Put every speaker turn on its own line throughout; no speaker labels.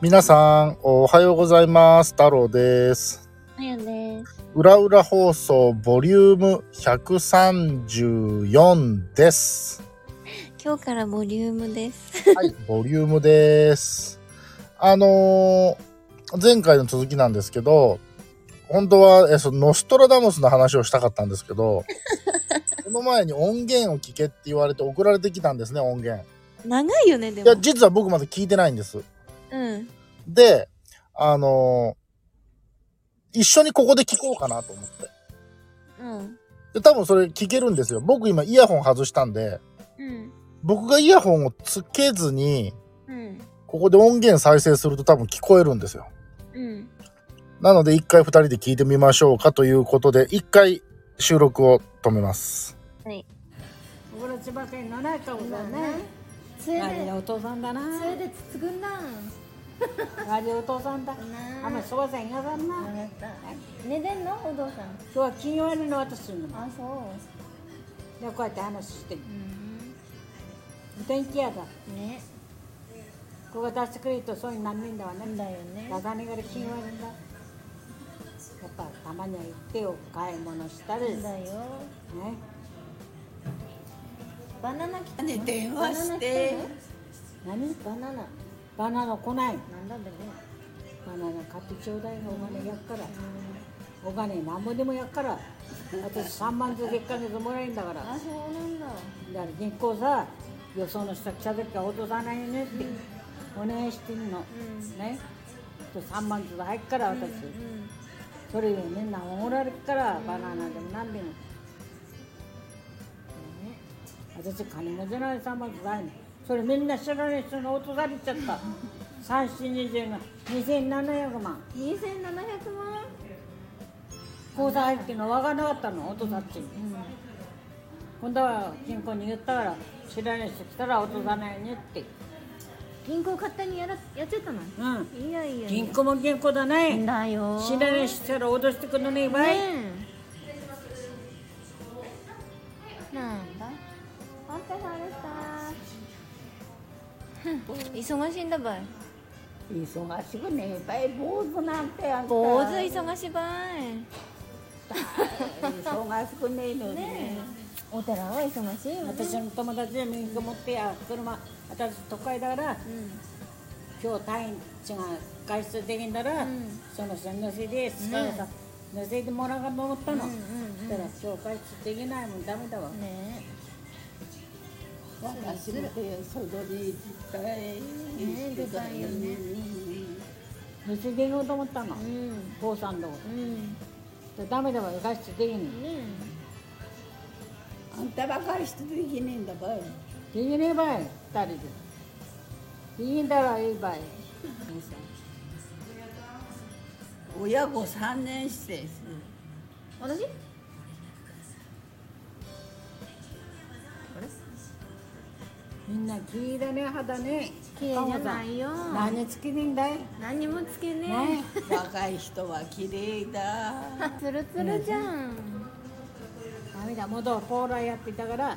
皆さん、おはようございます。太郎です。
あやです。
裏裏放送ボリューム134です。
今日からボリュームです。
はい、ボリュームです。あのー前回の続きなんですけど、本当は、え、その、ノストラダムスの話をしたかったんですけど、この前に音源を聞けって言われて送られてきたんですね、音源。
長いよね、で
いや、
も。
実は僕まだ聞いてないんです。
うん。
で、あのー一緒にここで聞こうかなと思って。
うん。
で、多分それ聞けるんですよ。僕今イヤホン外したんで、
うん。
僕がイヤホンをつけずに、
うん。
ここで音源再生すると多分聞こえるんですよ。
うん。
なので一回二人で聞いてみましょうかということで、一回収録を止めます。
はい。
おろちばかりならかもだね。
それ
あれ
で
がお父さんだな。
それでつつぐんだん
あれお父さんだ。
なあ
あんまそうさんやだ
あ
な。
なた寝てんのお父さん
今日は金曜日の私の。で
あそ
こうやって話してる
う。うん
お天気やだ。
ね
ここが出してくれるとそうになんねんだわね。
だよね
だだねがら金曜日だ。やっぱたまには行ってよ買い物したり。ね。
だよバナナ来たね電
話して
何
バナナ
バナナ来ない。
なんだべね
バナナ買ってちょうだいがお金やっから。お金なんぼでもやっから。私3万ずつ月間でもらえるんだから。
あそうなんだ
だから銀行さ予想の人来た時は落とさないよねってお願いしてんの、
うん
ね3万ずつ入っから私、
うん
それでみんなおごられるから、バナナでも何でも
ね
私金も出ない3万ずつ入るのそれみんな知らない人に落とされちゃった 3 7 2 0が2700万
2700万
口座入ってんの分からなかったの落とさっち、今度は銀行に言ったから知らない人来たら落とさないよねって
銀行勝手にやらやっちゃったの
うん
いやいや
銀行も銀行だね、
だよ
知らない人から脅してくるのね、ばい。
ねえなんだお疲れ様でした
忙しいんだばい。
忙しくねえばい坊主なんてあんた
坊主忙しばい。
忙しくねえのにね
お寺は忙しいよね
私の友達で免許持ってや、車、私都会だから、今日隊員が外出できんだら、その人に乗せて、スカート乗せてもらおうかと思ったの。そしたら、今日外出できないもんダメだわ。
ね
私もてそどり実家へ
ね出たいよね
乗せていこうと思ったの
う、ん
坊さんのとこ。
うんね
でダメだわ、外出できんの。
え
あんたばかりしてできねえんだばい
できねえばい、二人で。いいんだらいいばい。
親子三年して
私
みんな聞いたね、肌ね。
綺麗じゃないよ
何つけてんだい
何もつけね
ね
若い人は綺麗だ
えつるつるじゃん
ダメだ、元はポーラーやってたから、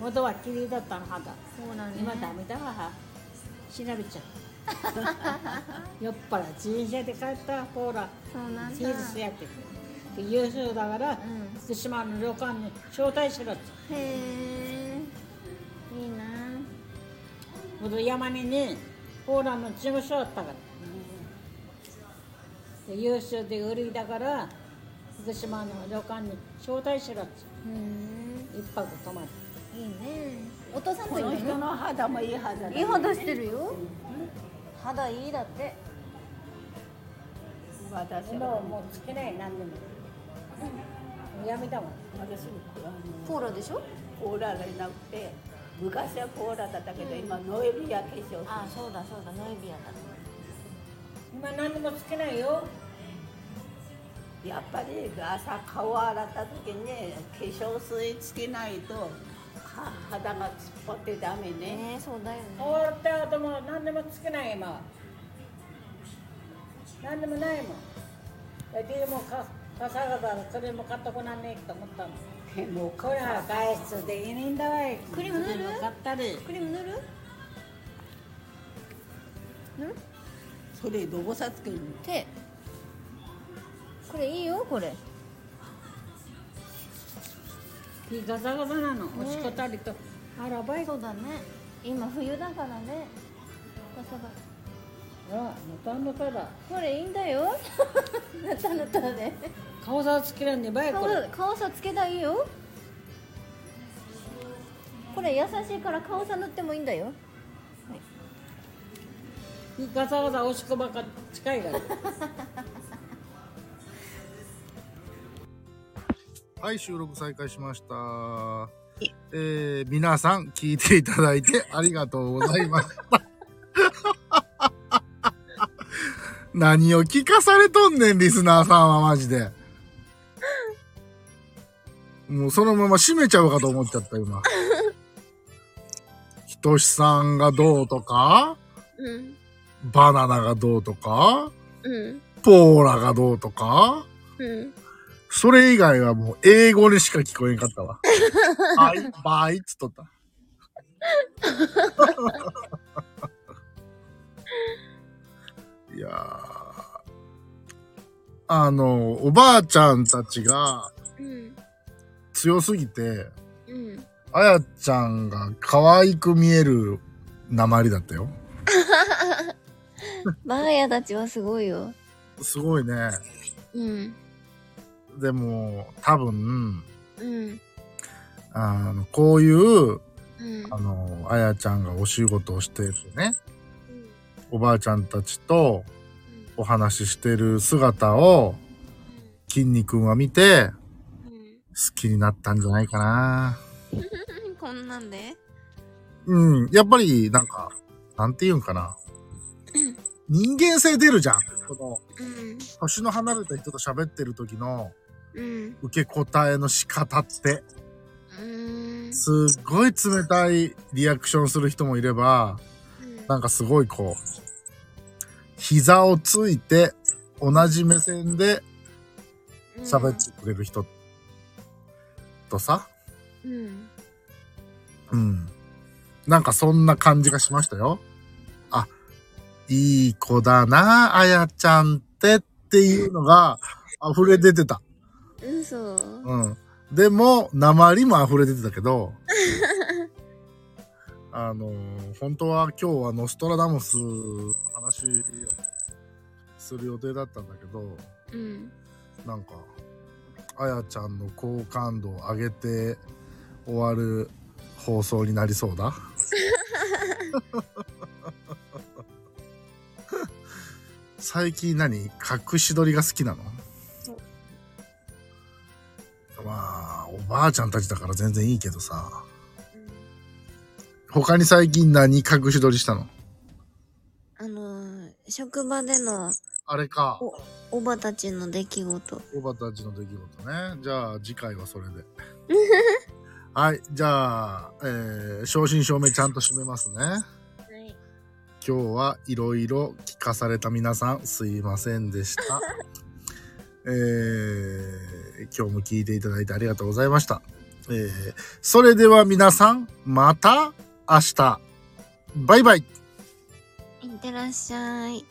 元は綺麗だったの、肌。
そうなん
今ダメだわ、調べち ゃう。酔っ払い、自転車で帰ったポーラ
そうな
ー、
ん
セ
だ
ールスやってて。で優秀だから、
ん
福島の旅館に招待しろって。
へえいいな
元山根に、ポーラーの事務所あったから。で優秀で売りだから、福島の旅館に招待しろって。
うん
一泊泊まる。
いいねお父さんと
この
いい
人の肌もいい肌だ
いい肌してるよ肌いいだって
私
今は
は
もうつけない、何でも。やめたもん。
私もあの
ポーラでしょ
コーラがいなくて昔はコーラだったけど、今ノエル焼けしょ
あ、そうだそうだ、ノイビアだ。
今何でもつけないよ。
やっぱり朝顔洗った時に化粧水つけないとは肌が突っ張ってダメね
ね、そうだよね。
終わった後も何でもつけない今は何でもないもんでもかかさがだそれも買っとこなんねえと思ったの
でもう
これは外出できねえんだわい
クリーム塗る
買ったり
クリーム塗る塗る
それロボサつけるの
手これいいよこれ
ピガザガザなの、おしこたりとあらばい
そうだね今冬だからねガサガサ
あのたのただ
これいいんだよ
なったなったで
顔さつけらんねばいこ
顔
れ
顔さつけたいいよこれ優しいから顔さ塗ってもいいんだよ
ピガザガザおしこばっか近いから
はい、収録再開しました。えー、皆さん聞いていただいてありがとうございました。 何を聞かされとんねん、リスナーさんはマジで。もうそのまま閉めちゃうかと思っちゃった、今。ひとしさんがどうとか、
うん
バナナがどうとか、
うん
ポーラがどうとか、
うん
それ以外はもう英語にしか聞こえんかったわ。はい、バイっつっとった。いやー。あの、おばあちゃんたちが
うん
強すぎて、
うん
あやちゃんが可愛く見える鉛だったよ。
バーヤたちはすごいよ
すごいね。
うん
でも、多分、
うん
あの、こういう、
うん
あの、あやちゃんがお仕事をしてるね。おばあちゃんたちとお話ししてる姿を、筋肉は見て、好きになったんじゃないかな。
うんこんなんで
うん。やっぱり、なんか、なんて言うんかな。人間性出るじゃん。この、
うん
年の離れた人と喋ってる時の
うん
受け答えの仕方って、
うん
すっごい冷たいリアクションする人もいれば、なんかすごいこう、膝をついて、同じ目線で喋ってくれる人とさ、
うん
うん。なんかそんな感じがしましたよ。あ、いい子だな、あやちゃんってっていうのが溢れ出てた。
嘘
うん。でも、鉛も溢れ出てたけど、あのー本当は今日はノストラダムスの話をする予定だったんだけど、
うん
なんか、あやちゃんの好感度を上げて終わる放送になりそうだ。最近何隠し撮りが好きなのまあ、おばあちゃんたちだから全然いいけどさ。他に最近何隠し撮りしたの
あのー職場での
あれか、
おばたちの出来事
おばたちの出来事ね。じゃあ次回はそれで。はい、じゃあ、えー正真正銘ちゃんと締めますね。
はい
今日はいろいろ聞かされた皆さんすいませんでした。えー今日も聞いていただいてありがとうございました。えーそれでは皆さん、また明日。バイバイ。
いってらっしゃい